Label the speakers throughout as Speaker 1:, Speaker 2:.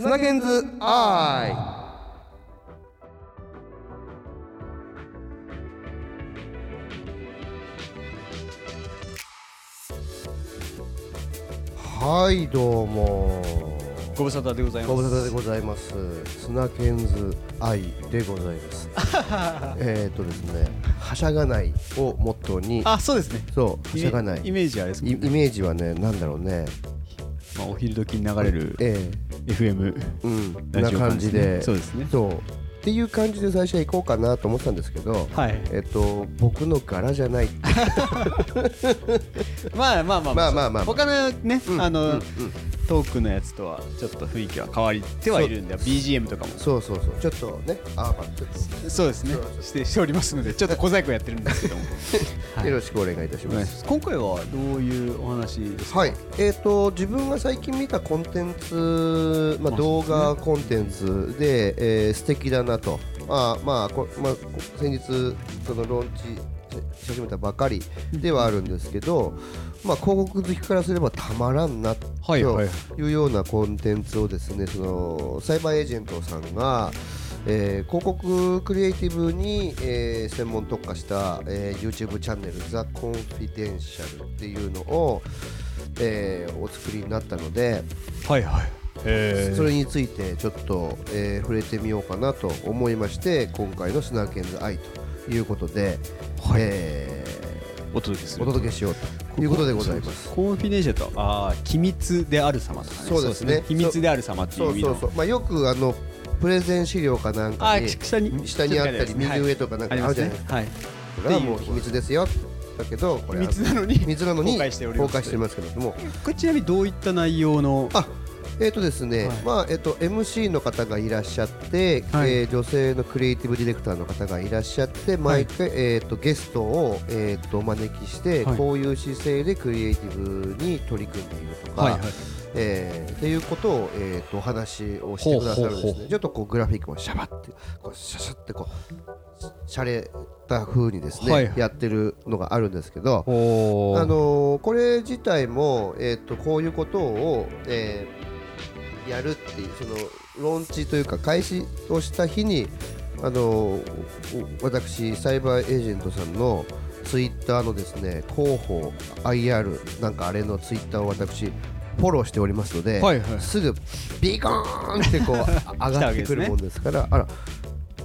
Speaker 1: スナケンズアイはいどうも
Speaker 2: ご無沙汰でございます
Speaker 1: ご無沙汰でございますスナケンズアイでございます えっとですねはしゃがないをモットーに
Speaker 2: あそうですね
Speaker 1: そうはしゃがない
Speaker 2: イメイ
Speaker 1: イ
Speaker 2: メージあれですも
Speaker 1: イ
Speaker 2: んね
Speaker 1: メージはねなんだろうね
Speaker 2: まあ、お昼時に流れる
Speaker 1: ええ
Speaker 2: FM
Speaker 1: うん、
Speaker 2: ラ
Speaker 1: な
Speaker 2: ジオ
Speaker 1: 感じで
Speaker 2: そうですね
Speaker 1: そうっていう感じで最初は行こうかなと思ってたんですけど、
Speaker 2: はい
Speaker 1: えっと、僕の柄じゃない
Speaker 2: まあまあまあ
Speaker 1: まあまあまあ
Speaker 2: 他のね、
Speaker 1: うん
Speaker 2: あの、
Speaker 1: うんうん
Speaker 2: トークのやつとはちょっと雰囲気は変わってはいるんで BGM とかも
Speaker 1: そうそうそうちょっとねあーまあちょっと
Speaker 2: そうですね
Speaker 1: そうそう
Speaker 2: してしております のでちょっと小細工やってるんですけども、はい
Speaker 1: よろしくお願いいたし
Speaker 2: お願
Speaker 1: ま
Speaker 2: い
Speaker 1: す
Speaker 2: します今回はどういうお話ですか
Speaker 1: はいえー、と自分が最近見たコンテンツ、まあ、
Speaker 2: まあ
Speaker 1: 動画コンテンツで、えー素敵だなと、まあまあこまあ、こ先日そのローンチし始めたばかりではあるんですけど、まあ、広告好きからすればたまらんなと
Speaker 2: はいはい
Speaker 1: いうようなコンテンツをですねそのサイバーエージェントさんが、えー広告クリエイティブに、えー専門特化した、えー YouTube チャンネル「ザ・コンフィデンシャルっていうのを、えーお作りになったので、
Speaker 2: はいはいえ
Speaker 1: それについてちょっと、えー触れてみようかなと思いまして今回の「スナーケンズ・アイ」ということで、
Speaker 2: はい
Speaker 1: え
Speaker 2: お届けす
Speaker 1: ー
Speaker 2: る
Speaker 1: お届けしようということでございます。
Speaker 2: コンフィデンシャルとああ機密である様とかね
Speaker 1: そうですね
Speaker 2: 秘密である様ってい
Speaker 1: そう
Speaker 2: 意
Speaker 1: う
Speaker 2: 味
Speaker 1: そ
Speaker 2: の
Speaker 1: うそう、まあ、よくあのプレゼン資料かなんか
Speaker 2: あ
Speaker 1: に
Speaker 2: 下に
Speaker 1: 下にあったり右上とかなんか
Speaker 2: あり
Speaker 1: あ
Speaker 2: ま
Speaker 1: る
Speaker 2: す
Speaker 1: じゃないで
Speaker 2: ね
Speaker 1: すか、
Speaker 2: はい
Speaker 1: これはもう秘密ですよだけどこれ
Speaker 2: 秘密
Speaker 1: は
Speaker 2: なのに
Speaker 1: 秘密なのに
Speaker 2: 公開しております
Speaker 1: 公開してますけども
Speaker 2: これちなみにどういった内容の
Speaker 1: あえーとですね、
Speaker 2: はい
Speaker 1: まあえっと MC の方がいらっしゃって、
Speaker 2: はい
Speaker 1: えー女性のクリエイティブディレクターの方がいらっしゃって毎回、えー、とゲストを、えー、とお招きして、
Speaker 2: はい
Speaker 1: こういう姿勢でクリエイティブに取り組んでいるとか、
Speaker 2: はいはい
Speaker 1: えーっていうことを、えー、とお話をしてくださるんですね
Speaker 2: ほうほうほう
Speaker 1: ちょっとこうグラフィックもシャバってこうシャシャってこうしゃれた風にですね、
Speaker 2: はい
Speaker 1: やってるのがあるんですけど、
Speaker 2: お
Speaker 1: あのーこれ自体も、えー、とこういうことを、えーやるっていうそのローンチというか開始をした日に、あのーお私サイバーエージェントさんのツイッターのですね広報 IR なんかあれのツイッターを私フォローしておりますので、
Speaker 2: はいはい
Speaker 1: すぐビコーンってこう 上がってくるもんですからあら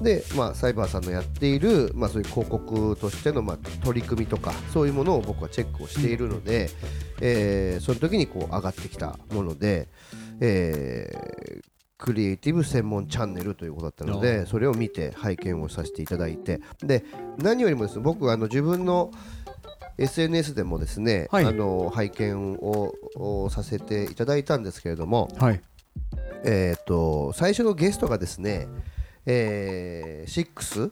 Speaker 1: で、まあ、サイバーさんのやっている、まあ、そういう広告としての、まあ、取り組みとかそういうものを僕はチェックをしているので、えーその時にこう上がってきたもので、えークリエイティブ専門チャンネルということだったのでそれを見て拝見をさせていただいてで何よりもですね僕あの自分の SNS でもですね、
Speaker 2: はい
Speaker 1: あの拝見ををさせていただいたんですけれども、
Speaker 2: はい
Speaker 1: えー、と最初のゲストがですね、えー、シックス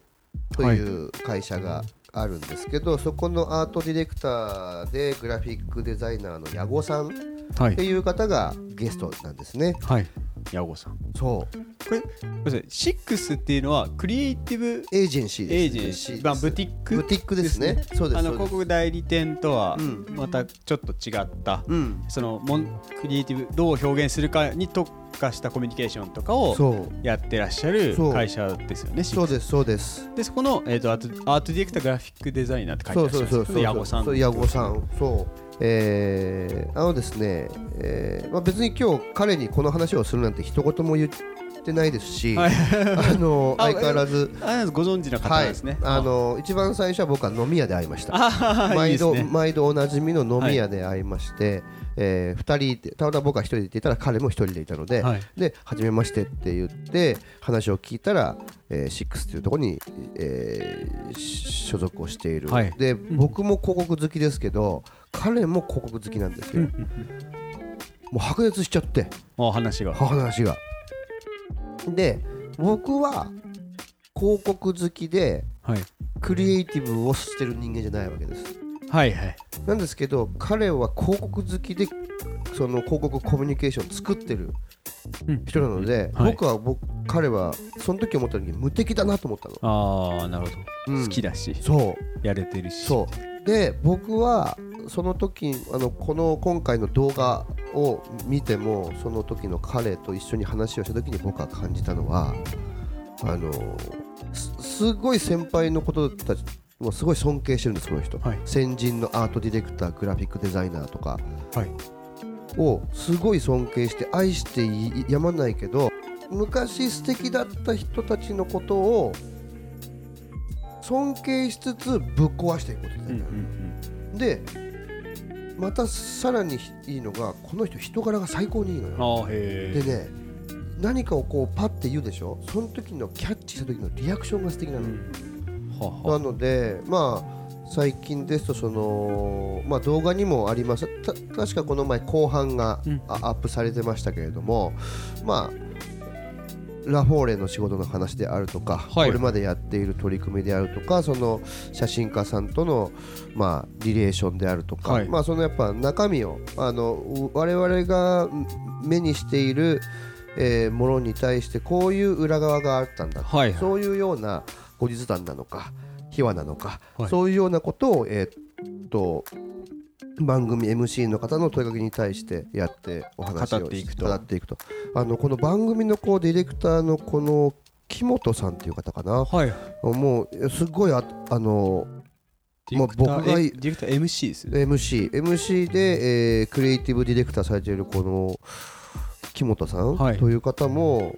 Speaker 1: という会社があるんですけど、そこのアートディレクターでグラフィックデザイナーの矢後さんっ
Speaker 2: は
Speaker 1: て
Speaker 2: い
Speaker 1: いう方がゲストなんですね。
Speaker 2: はいヤゴさんこ
Speaker 1: そう
Speaker 2: れごめんなさいシックスっていうのはクリエイティブ
Speaker 1: エージェンシーです
Speaker 2: エージェンシーまあブティック
Speaker 1: ブティックですねそうです
Speaker 2: あ
Speaker 1: そうで
Speaker 2: の
Speaker 1: す
Speaker 2: 広告代理店とは
Speaker 1: うん
Speaker 2: またちょっと違った
Speaker 1: うん
Speaker 2: そのもんクリエイティブどう表現するかに特化したコミュニケーションとかを
Speaker 1: そう
Speaker 2: やってらっしゃる
Speaker 1: そう
Speaker 2: 会社ですよねシッ
Speaker 1: そ
Speaker 2: ク
Speaker 1: う
Speaker 2: ス
Speaker 1: ですそうです
Speaker 2: でそこの、えー、とアートアートディレクターグラフィックデザイナーって書いて
Speaker 1: そ
Speaker 2: あ
Speaker 1: う
Speaker 2: るじゃ
Speaker 1: そう
Speaker 2: ないです
Speaker 1: そ
Speaker 2: か
Speaker 1: うそう
Speaker 2: で矢後さん
Speaker 1: そう矢後さんそうえー、あのですね、えーまあ、別に今日彼にこの話をするなんて一言も言ってないですし、
Speaker 2: はい
Speaker 1: あの
Speaker 2: あ
Speaker 1: 相変わらず、
Speaker 2: あご存知の方
Speaker 1: は
Speaker 2: なん
Speaker 1: い
Speaker 2: ですね、、
Speaker 1: あの一番最初は僕は飲み屋で会いました。
Speaker 2: ああいい
Speaker 1: 毎
Speaker 2: です
Speaker 1: 度
Speaker 2: ね
Speaker 1: 毎度おなじみの飲み屋で会いまして、えー二人いてただ僕は一人でいてたら彼も一人でいたので、
Speaker 2: はい
Speaker 1: で初めましてって言って話を聞いたら、えー、シックスというところに、えーし所属をしている、
Speaker 2: はい
Speaker 1: で僕も広告好きですけど彼も広告好きなんですよ。もう白熱しちゃって
Speaker 2: お話が
Speaker 1: 話が。で僕は広告好きで
Speaker 2: はい
Speaker 1: クリエイティブをしてる人間じゃないわけです。
Speaker 2: はいはい
Speaker 1: なんですけど彼は広告好きでその広告コミュニケーションを作ってる
Speaker 2: うん
Speaker 1: 人なので、
Speaker 2: はい
Speaker 1: 僕は僕彼はその時思った時に無敵だなと思ったの。
Speaker 2: ああなるほど、
Speaker 1: うん
Speaker 2: 好きだし
Speaker 1: そう
Speaker 2: やれてるし
Speaker 1: そうで僕はその時あのこの今回の動画を見てもその時の彼と一緒に話をした時に僕は感じたのはあのすすごい先輩のことたちもすごい尊敬してるんですこの人、
Speaker 2: はい
Speaker 1: 先人のアートディレクターグラフィックデザイナーとか
Speaker 2: はい
Speaker 1: をすごい尊敬して愛していやまないけど昔素敵だった人たちのことを尊敬しつつぶっ壊していくことです
Speaker 2: うんう
Speaker 1: ね、
Speaker 2: ん
Speaker 1: でまたさらにいいのがこの人人柄が最高にいいの
Speaker 2: う
Speaker 1: よ
Speaker 2: んああへ
Speaker 1: で
Speaker 2: え
Speaker 1: ね何かをこうパッて言うでしょその時のキャッチした時のリアクションが素敵なの、
Speaker 2: は
Speaker 1: な
Speaker 2: は
Speaker 1: のでまあ最近ですとその、まあ、動画にもありましたた確かこの前後半が
Speaker 2: うん
Speaker 1: あアップされてましたけれども、まあラフォーレの仕事の話であるとか、
Speaker 2: はい
Speaker 1: これまでやっている取り組みであるとかその写真家さんとの、まあ、リレーションであるとか、
Speaker 2: はい
Speaker 1: まあ、そのやっぱ中身をあのう我々がん目にしている、えーものに対してこういう裏側があったんだ
Speaker 2: はいはい
Speaker 1: そういうような後日談なのか秘話なのか、
Speaker 2: はい
Speaker 1: そういうようなことを、えーっと番組 MC の方の問いかけに対してやってお話を
Speaker 2: 語っていくと
Speaker 1: 語っていくとあのこの番組のこうディレクターのこの木本さんっていう方かな
Speaker 2: はい
Speaker 1: もうすっごいああの
Speaker 2: ディレクター
Speaker 1: まあ僕が
Speaker 2: えディレクター MC ですね
Speaker 1: MC MC で、えークリエイティブディレクターされているこの木本さん
Speaker 2: はい
Speaker 1: という方も、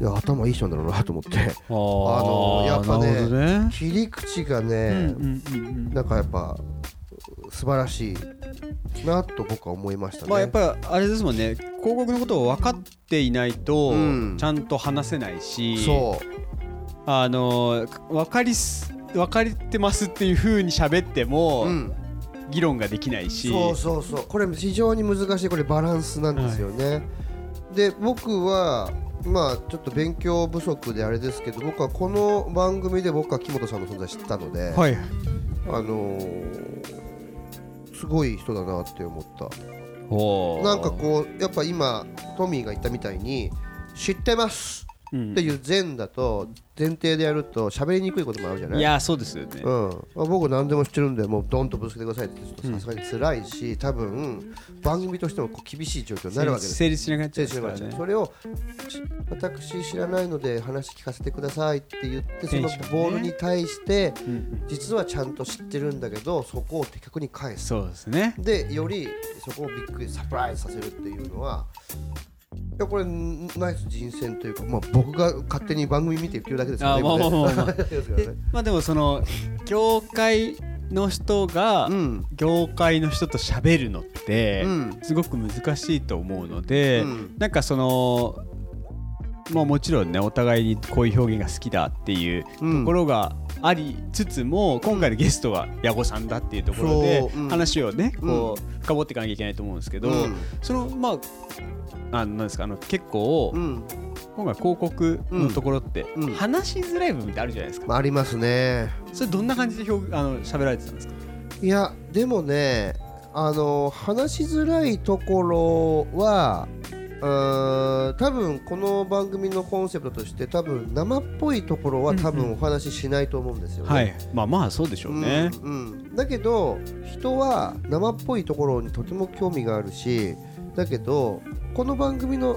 Speaker 1: いや頭いい人なんだろうなと思って
Speaker 2: あ
Speaker 1: のやっぱね
Speaker 2: なるほどね
Speaker 1: 切り口が
Speaker 2: うん
Speaker 1: ね、
Speaker 2: うんうんうん
Speaker 1: なんかやっぱ素晴らしいなと僕は思いましたね。
Speaker 2: まあやっぱあれですもんね広告のことを分かっていないと
Speaker 1: うん
Speaker 2: ちゃんと話せないし
Speaker 1: そ
Speaker 2: あの分かりす分かってますっていう風に喋って
Speaker 1: う、
Speaker 2: も
Speaker 1: うん、
Speaker 2: 議論ができないし
Speaker 1: そうそうそうこれ非常に難しいこれバランスなんですよね。で僕はまあちょっと勉強不足であれですけど僕はこの番組で僕は木本さんの存在知ったので、
Speaker 2: はい
Speaker 1: あのーすごい人だなって思った。
Speaker 2: おー
Speaker 1: なんかこうやっぱ今トミーが言ったみたいに知ってます
Speaker 2: うん
Speaker 1: っていう前だと前提でやると喋りにくいこともあるじゃない
Speaker 2: いやーそうですよね
Speaker 1: うん、まあ僕何でも知ってるんでもうドンとぶつけてくださいってちょっとさすがに辛いし、多分番組としてもこう厳しい状況になるわけです
Speaker 2: 成立しなくなっちゃいます
Speaker 1: 選手
Speaker 2: か
Speaker 1: の
Speaker 2: ら
Speaker 1: 方々
Speaker 2: ね
Speaker 1: それをち私知らないので話聞かせてくださいって言ってその
Speaker 2: 選手がね
Speaker 1: ボールに対して
Speaker 2: うんうん
Speaker 1: 実はちゃんと知ってるんだけどそこを的確に返す
Speaker 2: そうですね
Speaker 1: でよりそこをびっくりサプライズさせるっていうのはいやこれんナイス人選というか、まあ、僕が勝手に番組見て言ってるだけですよ
Speaker 2: あ
Speaker 1: ね。
Speaker 2: ーまあまあまあま
Speaker 1: 今ね
Speaker 2: あ
Speaker 1: ですから
Speaker 2: で
Speaker 1: ね
Speaker 2: まあでもその業界の人が
Speaker 1: うん
Speaker 2: 業界の人と喋るのって
Speaker 1: うん
Speaker 2: すごく難しいと思うので、
Speaker 1: うん
Speaker 2: なんかそのまあもちろんねお互いにこういう表現が好きだっていうと
Speaker 1: うん
Speaker 2: ころがありつつも、今回のゲストが矢後さんだっていうところで
Speaker 1: そううん
Speaker 2: 話をねこう深掘っていかなきゃいけないと思うんですけど、
Speaker 1: うん
Speaker 2: そのまああのなんですかあの結構、
Speaker 1: うん
Speaker 2: 今回広告のところって、
Speaker 1: うんうん
Speaker 2: 話しづらい部分ってあるじゃないですか、
Speaker 1: まあ、ありますね
Speaker 2: それどんな感じで表あの喋られてたんですか
Speaker 1: いやでもねあの話しづらいところはうーん多分この番組のコンセプトとして多分生っぽいところは多分お話ししないと思うんですよね。
Speaker 2: はい、まあまあそうでしょうね。
Speaker 1: うんうんだけど人は生っぽいところにとても興味があるしだけどこの番組の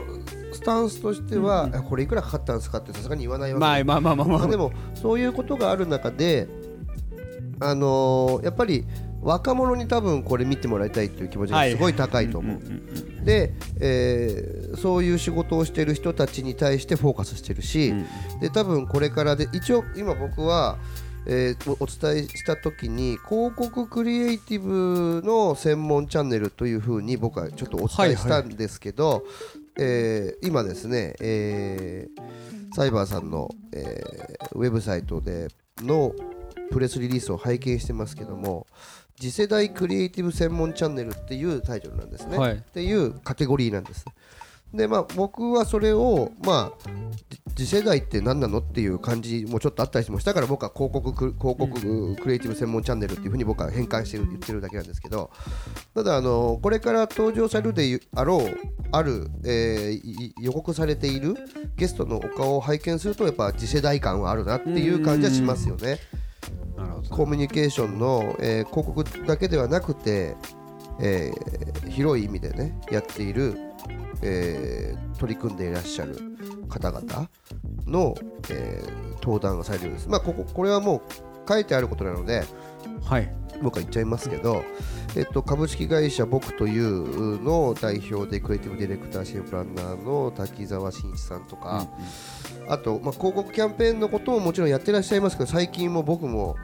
Speaker 1: スタンスとしては、
Speaker 2: うん
Speaker 1: あこれいくらかかったんですかってさすがに言わないわけ
Speaker 2: まあまあまあまあま
Speaker 1: ま
Speaker 2: あ
Speaker 1: あ、でもそういうことがある中で、あのーやっぱり若者に多分これ見てもらいたいという気持ちがすごい高いと思う。
Speaker 2: んんん
Speaker 1: で、えーそういう仕事をしてる人たちに対してフォーカスしてるし、
Speaker 2: うん
Speaker 1: で多分これからで一応今僕は、えーおお伝えした時に広告クリエイティブの専門チャンネルというふうに僕はちょっとお伝えしたんですけど、えー今ですね、えーサイバーさんの、えーウェブサイトでのプレスリリースを拝見してますけども次世代クリエイティブ専門チャンネルっていうタイトルなんですね、
Speaker 2: はい
Speaker 1: っていうカテゴリーなんですでまあ僕はそれをまあじ次世代って何なのっていう感じもちょっとあったりもしたから僕は広告ク広告クリエイティブ専門チャンネルっていうふうに僕は変換してる言ってるだけなんですけどただあのこれから登場されるであろうある、えーい予告されているゲストのお顔を拝見するとやっぱ次世代感はあるなっていう感じはしますよね。
Speaker 2: なるほど。
Speaker 1: コミュニケーションの、えー広告だけではなくて、えー広い意味でねやっている、えー取り組んでいらっしゃる方々の、えー登壇がされてるんです、まあ、こここれはもう書いてあることなので
Speaker 2: はい
Speaker 1: 僕は言っちゃいますけど、えっと、株式会社僕というの代表でクリエイティブディレクターシープランナーの滝沢慎一さんとか、あと、まあ、広告キャンペーンのことももちろんやってらっしゃいますけど最近も僕も、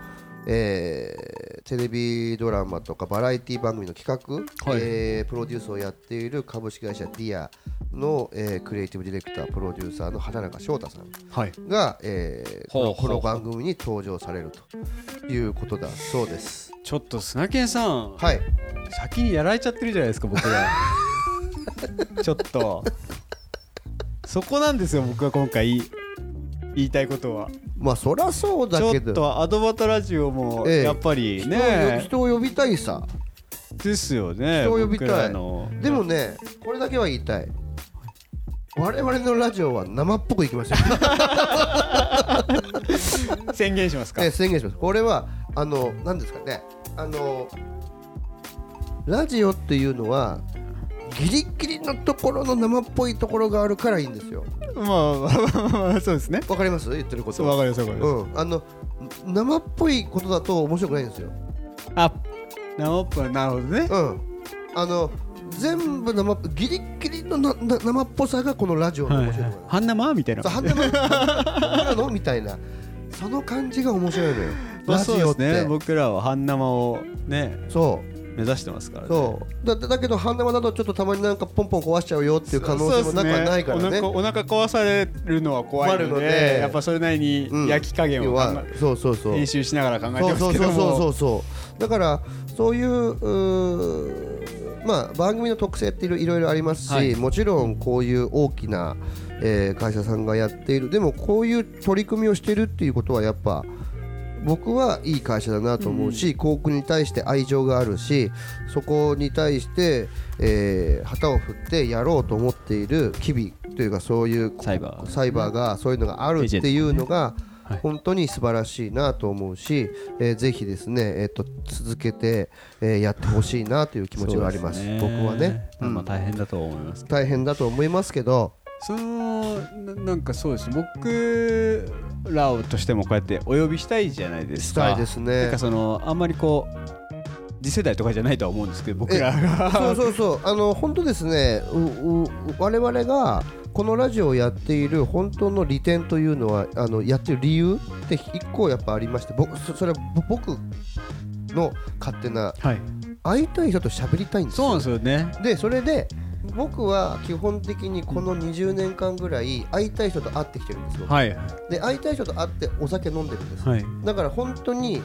Speaker 1: えーテレビドラマとかバラエティ番組の企画、
Speaker 2: はい
Speaker 1: えープロデュースをやっている株式会社ディアの、えークリエイティブディレクタープロデューサーの畑中翔太さん
Speaker 2: はい
Speaker 1: が、えー
Speaker 2: ほうほうほ
Speaker 1: こ
Speaker 2: う
Speaker 1: の番組に登場されるということだそうです。
Speaker 2: ちょっと砂犬さん
Speaker 1: はい
Speaker 2: 先にやられちゃってるじゃないですか 僕がちょっとそこなんですよ僕が今回言い言いたいことは
Speaker 1: まあそりゃそうだ
Speaker 2: ちょ
Speaker 1: け
Speaker 2: っ
Speaker 1: ど
Speaker 2: とアドバタラジオも
Speaker 1: ええ
Speaker 2: やっぱり
Speaker 1: 人を呼
Speaker 2: ね、
Speaker 1: 人を呼びたいさ
Speaker 2: ですよね
Speaker 1: 人を呼びたい
Speaker 2: 僕らの
Speaker 1: でもねこれだけは言いたい我々のラジオは生っぽくいきましょ う
Speaker 2: 宣言しますか
Speaker 1: え宣言しますこれはあの何ですかねあのラジオっていうのはギリギリのところの生っぽいところがあるからいいんですよ
Speaker 2: まあまあまあま あそうですね
Speaker 1: わかります言ってるこ
Speaker 2: そ
Speaker 1: と
Speaker 2: うわかりますわかります、
Speaker 1: うんあの生っぽいことだと面白くないんですよ
Speaker 2: あ生っぽいなるほどね
Speaker 1: うんあの全部生っぽギリギリのなな生っぽさがこのラジオの面白いところなんです
Speaker 2: 半生みたいな
Speaker 1: そう半生なのみたいなその感じが面白いのよ
Speaker 2: まあ
Speaker 1: ラジオっ
Speaker 2: そうです
Speaker 1: て
Speaker 2: ね僕らは半生をね
Speaker 1: そう
Speaker 2: 目指してますからね
Speaker 1: そうだだけど半生だとちょっとたまになんかポンポン壊しちゃうよっていう可能性もなくはないから
Speaker 2: そうです
Speaker 1: ね
Speaker 2: お腹お腹壊されるのは怖いので
Speaker 1: 困るので
Speaker 2: やっぱそれなり
Speaker 1: うん
Speaker 2: に焼き加減を考
Speaker 1: は
Speaker 2: え、
Speaker 1: そうそうそう
Speaker 2: 練習しながら考えて
Speaker 1: そう
Speaker 2: ま
Speaker 1: そ
Speaker 2: す
Speaker 1: うそ
Speaker 2: けど
Speaker 1: う
Speaker 2: も
Speaker 1: そうそうだからそういううーまあ番組の特性っていろいろありますし、
Speaker 2: はい
Speaker 1: もちろんこういう大きな、えー会社さんがやっているでもこういう取り組みをしてるっていうことはやっぱ僕はいい会社だなと思うし、広告に対して愛情があるしそこに対して、えー旗を振ってやろうと思っている機微というかそういう
Speaker 2: サイバー
Speaker 1: サイバーがそういうのがあるっていうのが本当に素晴らしいなと思うし、えーぜひですね、えー、と続けて、えーやってほしいなという気持ちがあります
Speaker 2: そうで
Speaker 1: 僕はね、うん
Speaker 2: まあ大変だと思います
Speaker 1: 大変だと思いますけど
Speaker 2: そのななんかそうです僕らをとしてもこうやってお呼びしたいじゃないです
Speaker 1: し
Speaker 2: か
Speaker 1: たいです
Speaker 2: なん
Speaker 1: ね
Speaker 2: かそのあんまりこう次世代とかじゃないとは思うんですけど僕らが
Speaker 1: そうそうそうあの本当ですねうう我々がこのラジオをやっている本当の利点というのはあのやってる理由って一個やっぱありまして僕そそれは僕の勝手な
Speaker 2: はい
Speaker 1: 会いたい人と喋りたいんですよ
Speaker 2: そうなんですよね
Speaker 1: でそれで僕は基本的にこの20年間ぐらい会いたい人と会ってきてるんですよ、
Speaker 2: はい
Speaker 1: で会いたい人と会ってお酒飲んでるんです、
Speaker 2: はい
Speaker 1: だから本当に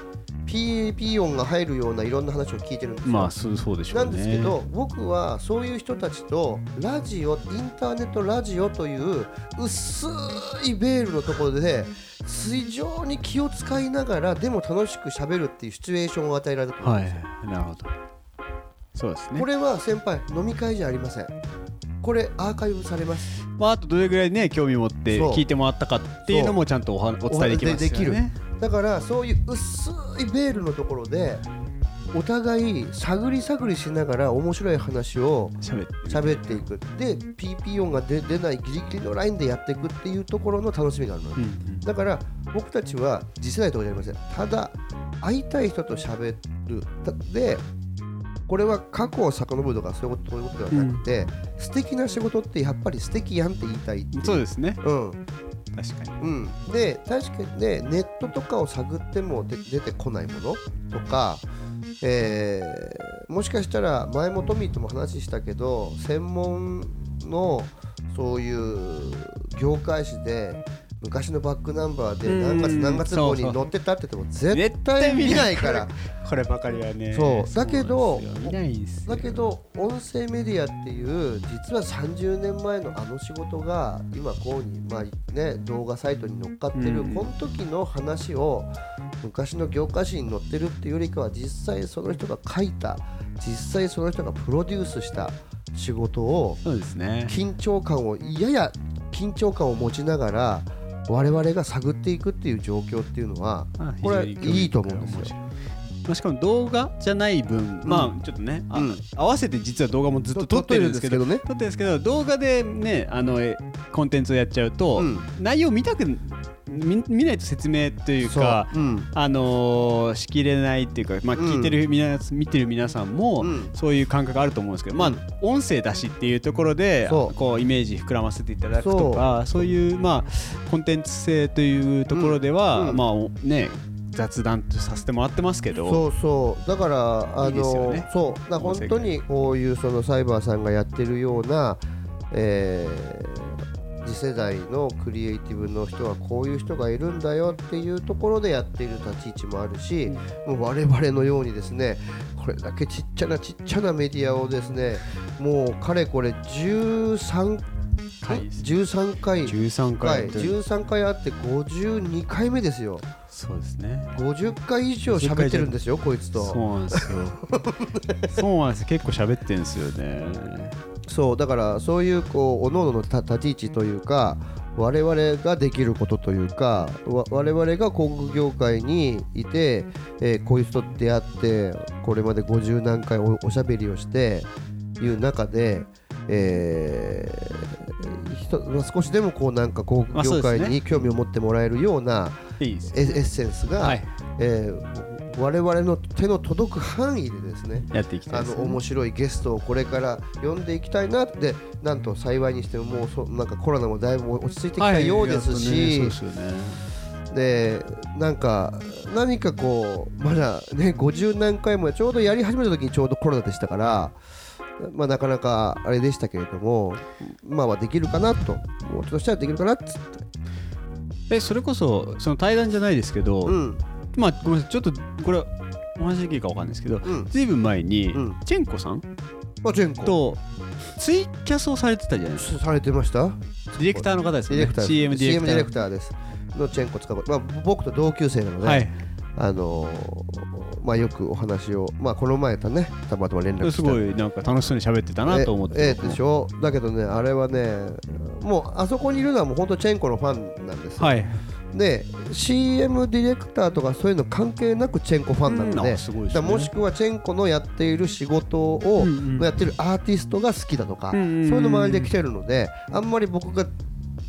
Speaker 1: ピーピー音が入るようないろんな話を聞いてるんですよ、
Speaker 2: まあそうそうでしょう
Speaker 1: な
Speaker 2: ね
Speaker 1: んですけど僕はそういう人たちとラジオインターネットラジオという薄いベールのところで非常に気を使いながらでも楽しく喋るっていうシチュエーションを与えられたと思う
Speaker 2: は
Speaker 1: んですよ
Speaker 2: いなるほどそうですね
Speaker 1: これは先輩飲み会じゃありませんこれアーカイブされます
Speaker 2: まあ、あとどれぐらいね興味持って
Speaker 1: そう
Speaker 2: 聞いてもらったかっていうのもちゃんとおはお伝えできますよ
Speaker 1: で
Speaker 2: ね
Speaker 1: きるだからそういう薄いベールのところでお互い探り探りしながら面白い話を
Speaker 2: 喋って
Speaker 1: 喋っていくで PP 音が出出ないギリギリのラインでやっていくっていうところの楽しみがあるのよ、
Speaker 2: うんうん
Speaker 1: だから僕たちは次世代とかじゃありませんただ会いたい人と喋るだでこれは過去を遡るとかそういうことそういうことではなくて、素敵な仕事ってやっぱり素敵やんって言いたいっていう
Speaker 2: そうですね
Speaker 1: うん
Speaker 2: 確か
Speaker 1: うん、で確かにねネットとかを探ってもで出てこないものとか、えーもしかしたら前もトミーとも話したけど専門のそういう業界誌で昔のバックナンバーで何月
Speaker 2: うん
Speaker 1: 何月号に
Speaker 2: そうそう
Speaker 1: 載ってたって言っても
Speaker 2: に
Speaker 1: 絶対見ないから
Speaker 2: ら こればかりはね
Speaker 1: そうだけど
Speaker 2: そうなんですよ見ないんすよ
Speaker 1: だけど音声メディアっていう実は30年前のあの仕事が今こうに、まあね、動画サイトに載っかってる、
Speaker 2: うん
Speaker 1: この時の話を昔の業界誌に載ってるっていうよりかは実際その人が書いた実際その人がプロデュースした仕事を
Speaker 2: そうですね
Speaker 1: 緊張感をやや緊張感を持ちながら我々が探っていくっていう状況っていうのは
Speaker 2: まあ
Speaker 1: これ
Speaker 2: 非常に興味
Speaker 1: いいと思うんですよ
Speaker 2: 深い面白いまあ、しかも動画じゃない分、まあちょっとね、あ
Speaker 1: うん
Speaker 2: 合わせて実は動画もずっと撮ってるんですけど
Speaker 1: 撮ってるんですけ
Speaker 2: 撮ってるんですけど動画でねあのえコンテンツをやっちゃうと、
Speaker 1: うん
Speaker 2: 内容見たく見見ないと説明というか
Speaker 1: そううん
Speaker 2: あのーしきれないっていうか、まあ、
Speaker 1: うん
Speaker 2: 聞いてる皆、見てる皆さんも、
Speaker 1: うん
Speaker 2: そういう感覚あると思うんですけど、まあ
Speaker 1: うん、
Speaker 2: 音声だしっていうところで
Speaker 1: そう
Speaker 2: こうイメージ膨らませていただくとかそういう、まあ、コンテンツ性というところでは、
Speaker 1: うんうん
Speaker 2: まあおね、雑談とさせてもらってますけど
Speaker 1: そうそうだからあ
Speaker 2: いいですよ
Speaker 1: の
Speaker 2: ね
Speaker 1: そうだから
Speaker 2: 音
Speaker 1: 本
Speaker 2: 声が
Speaker 1: 当にこういうそのサイバーさんがやってるような、えー次世代のクリエイティブの人はこういう人がいるんだよっていうところでやっている立ち位置もあるし、もう我々のようにですねこれだけちっちゃなちっちゃなメディアをですねもうかれこれ13
Speaker 2: 回です
Speaker 1: 13回
Speaker 2: 13
Speaker 1: 回
Speaker 2: 回という
Speaker 1: 13回あって52回目ですよ
Speaker 2: そうですね
Speaker 1: 50回以上喋ってるんですよこいつと
Speaker 2: そうな んですよそうなんです結構喋ってるんですよね
Speaker 1: そうだからそういうこう各々のた立ち位置というか我々ができることというかわ我々が広告業界にいて、えーこういう人と出会ってこれまで50何回おおしゃべりをしていう中で、えーひとまあ少しでもこうなんか広
Speaker 2: まあ
Speaker 1: 告
Speaker 2: そう
Speaker 1: 業
Speaker 2: ですね
Speaker 1: 界に興味を持ってもらえるような、
Speaker 2: いいです
Speaker 1: エエッセンスが、
Speaker 2: はい
Speaker 1: えー我々の手の届く範囲でですね
Speaker 2: やっていきたい
Speaker 1: あ
Speaker 2: です、ね、
Speaker 1: の面白いゲストをこれから呼んでいきたいなってなんと幸いにしてももうそなんかコロナもだいぶ落ち着いてきたようですし、
Speaker 2: はいやっとねそうですよね
Speaker 1: でなんか何かこうまだね50何回もちょうどやり始めた時にちょうどコロナでしたから。まあ、なかなかあれでしたけれども、まあまあ、できるかなと、もうちょっとしたらできるかなっつって、
Speaker 2: えそれこそその対談じゃないですけど、
Speaker 1: うん、
Speaker 2: まあごめんなさいちょっとこれお話できるかわかんないですけど、
Speaker 1: うん
Speaker 2: ずいぶん前に、
Speaker 1: うん
Speaker 2: チェンコさん
Speaker 1: まあ、全国
Speaker 2: とツイキャスをされてたじゃないですか
Speaker 1: されてました
Speaker 2: ディレクターの方です
Speaker 1: ディレ
Speaker 2: よね
Speaker 1: クター
Speaker 2: CM ディレ
Speaker 1: CM
Speaker 2: クタ
Speaker 1: デ
Speaker 2: ー
Speaker 1: ィレクターです。のチェンコ塚子、まあ、僕と同級生なので、
Speaker 2: はい
Speaker 1: あのーまあ、よくお話を、まあ、この前とねたまたま連絡した
Speaker 2: すごいなんか楽しそうに喋ってたなと思って
Speaker 1: えええでしょだけどねあれはねもうあそこにいるのはもう本当チェンコのファンなんですよ、
Speaker 2: はい
Speaker 1: で CM ディレクターとかそういうの関係なくチェンコファンなの
Speaker 2: うん
Speaker 1: で
Speaker 2: あすごいですね
Speaker 1: だからもしくはチェンコのやっている仕事を、
Speaker 2: うんうん
Speaker 1: やってるアーティストが好きだとか、
Speaker 2: うんうんうん
Speaker 1: そういうの周りで来てるのであんまり僕が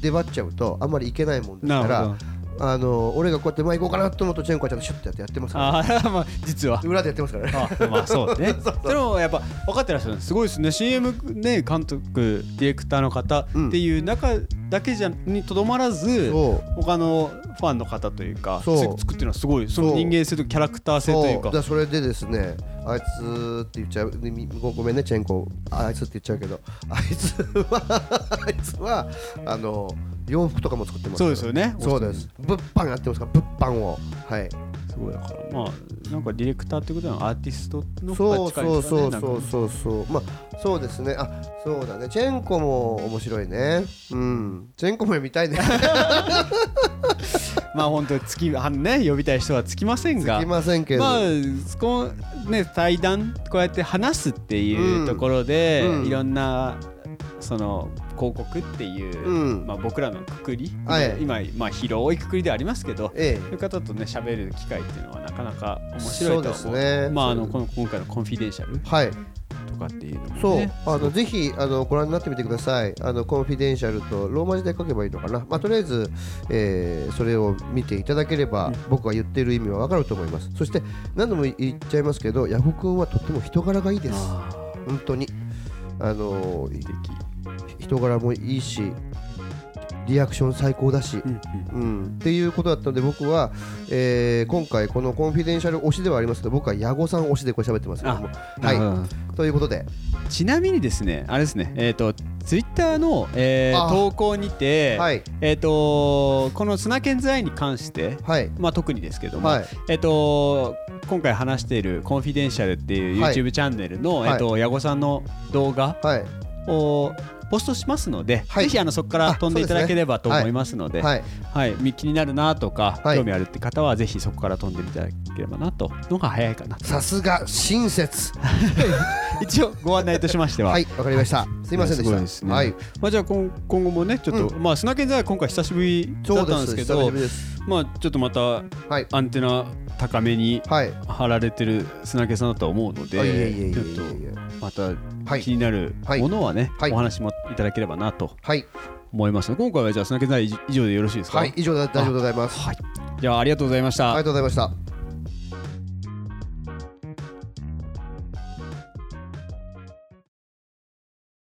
Speaker 1: 出張っちゃうとあんまりいけないもんです
Speaker 2: な
Speaker 1: か
Speaker 2: るほ
Speaker 1: ら
Speaker 2: ど
Speaker 1: あの俺がこうやって前行こうかなと思うとチェンコはちゃんとシュッてやってやってますから
Speaker 2: あ あまあ実は
Speaker 1: 裏でやってますからね
Speaker 2: あまあそ うねでもやっぱ分かってらっしゃるんですすごいですね CM ね監督ディレクターの方っていう中だけじゃにとどまらず、
Speaker 1: そう
Speaker 2: 他のファンの方というか
Speaker 1: そう
Speaker 2: つ作ってるのはすごいその
Speaker 1: そう
Speaker 2: 人間性とキャラクター性という
Speaker 1: そうだ
Speaker 2: から
Speaker 1: それでですねあいつって言っちゃうみごごめんねチェンコああいつって言っちゃうけどあいつは あいつはあの洋服とかも作ってます
Speaker 2: そうですよね
Speaker 1: そうです物販やってますから物販をはい
Speaker 2: すごいだからまあなんかディレクターってことはアーティストの
Speaker 1: そ
Speaker 2: 方
Speaker 1: う
Speaker 2: が近い
Speaker 1: そ
Speaker 2: で
Speaker 1: う
Speaker 2: すかね
Speaker 1: そう
Speaker 2: なんか
Speaker 1: そうそうそうまあそうですねあそうだねチェンコも面白いねうんチェンコも見たいね
Speaker 2: まあ本当につきあのね呼びたい人はつきません が
Speaker 1: いませんけど、
Speaker 2: まあこうね対談こうやって話すっていうところで、
Speaker 1: うんうん
Speaker 2: いろんなその広告っていう、
Speaker 1: うん
Speaker 2: まあ、僕らのくくり、
Speaker 1: はい
Speaker 2: 今、まあ、広いくくりではありますけど
Speaker 1: え
Speaker 2: そういう方とね喋る機会っていうのはなかなか面白いとは
Speaker 1: そ
Speaker 2: 思
Speaker 1: う
Speaker 2: う
Speaker 1: ですね
Speaker 2: まああのこの今回のコンフィデンシャル
Speaker 1: えはい
Speaker 2: とかっていうのも、ね、
Speaker 1: そう、
Speaker 2: ね
Speaker 1: あのぜひあのご覧になってみてください。あのコンフィデンシャルとローマ字で書けばいいのかな。まあとりあえず、えーそれを見ていただければ、僕が言ってる意味はわかると思います。そして何度も言っちゃいますけど、ヤフ君はとっても人柄がいいです。
Speaker 2: あ
Speaker 1: 本当にあの
Speaker 2: ー素敵
Speaker 1: 人柄もいいし、リアクション最高だし。
Speaker 2: うんうん
Speaker 1: うん、っていうことだったので僕は、えー今回このコンフィデンシャル推しではありますけど僕は矢後さん推しでこれ喋ってますけども
Speaker 2: なるほ
Speaker 1: は
Speaker 2: ど
Speaker 1: いということで
Speaker 2: ちなみにですねあれですねえっ、とツイッターの、えー
Speaker 1: あ
Speaker 2: 投稿にて、
Speaker 1: はい
Speaker 2: えっ、とこの砂剣ズアイに関して
Speaker 1: はい
Speaker 2: まあ、特にですけども、
Speaker 1: はい
Speaker 2: えっと、今回話している「コンフィデンシャル」っていう
Speaker 1: はい
Speaker 2: YouTube チャンネルの、
Speaker 1: はい
Speaker 2: えっと、矢後さんの動画
Speaker 1: はい
Speaker 2: をポストしますので、
Speaker 1: はい
Speaker 2: ぜひあのそこから
Speaker 1: あ
Speaker 2: 飛んでいただければと思いますので
Speaker 1: はい
Speaker 2: はいみ気になるなとか、
Speaker 1: はい
Speaker 2: 興味あるって方はぜひそこから飛んでいただければなとのが早 いかなと
Speaker 1: さすが親切
Speaker 2: 一応ご案内としましては。
Speaker 1: はいわかりましたすいませんでした
Speaker 2: すごいですね
Speaker 1: はい
Speaker 2: まあ、じゃあ今今後もねちょっと、まあ砂剣座は今回久しぶりだったんですけど
Speaker 1: 久しぶりです
Speaker 2: まあちょっとまた
Speaker 1: はい
Speaker 2: アンテナ高めに
Speaker 1: はい
Speaker 2: 貼られてる砂毛さんだとは思うの
Speaker 1: あいえいえいえ
Speaker 2: で
Speaker 1: い
Speaker 2: ちょ
Speaker 1: えいえ
Speaker 2: っと
Speaker 1: は
Speaker 2: また気
Speaker 1: い
Speaker 2: になる
Speaker 1: はい
Speaker 2: ものはね
Speaker 1: はい
Speaker 2: お話もいただければなと
Speaker 1: はい
Speaker 2: 思いますので今回はじゃあ砂毛さん以上でよろしいですか
Speaker 1: はい以上で大丈夫でございます
Speaker 2: はいじゃあありがとうございました
Speaker 1: ありがとうございました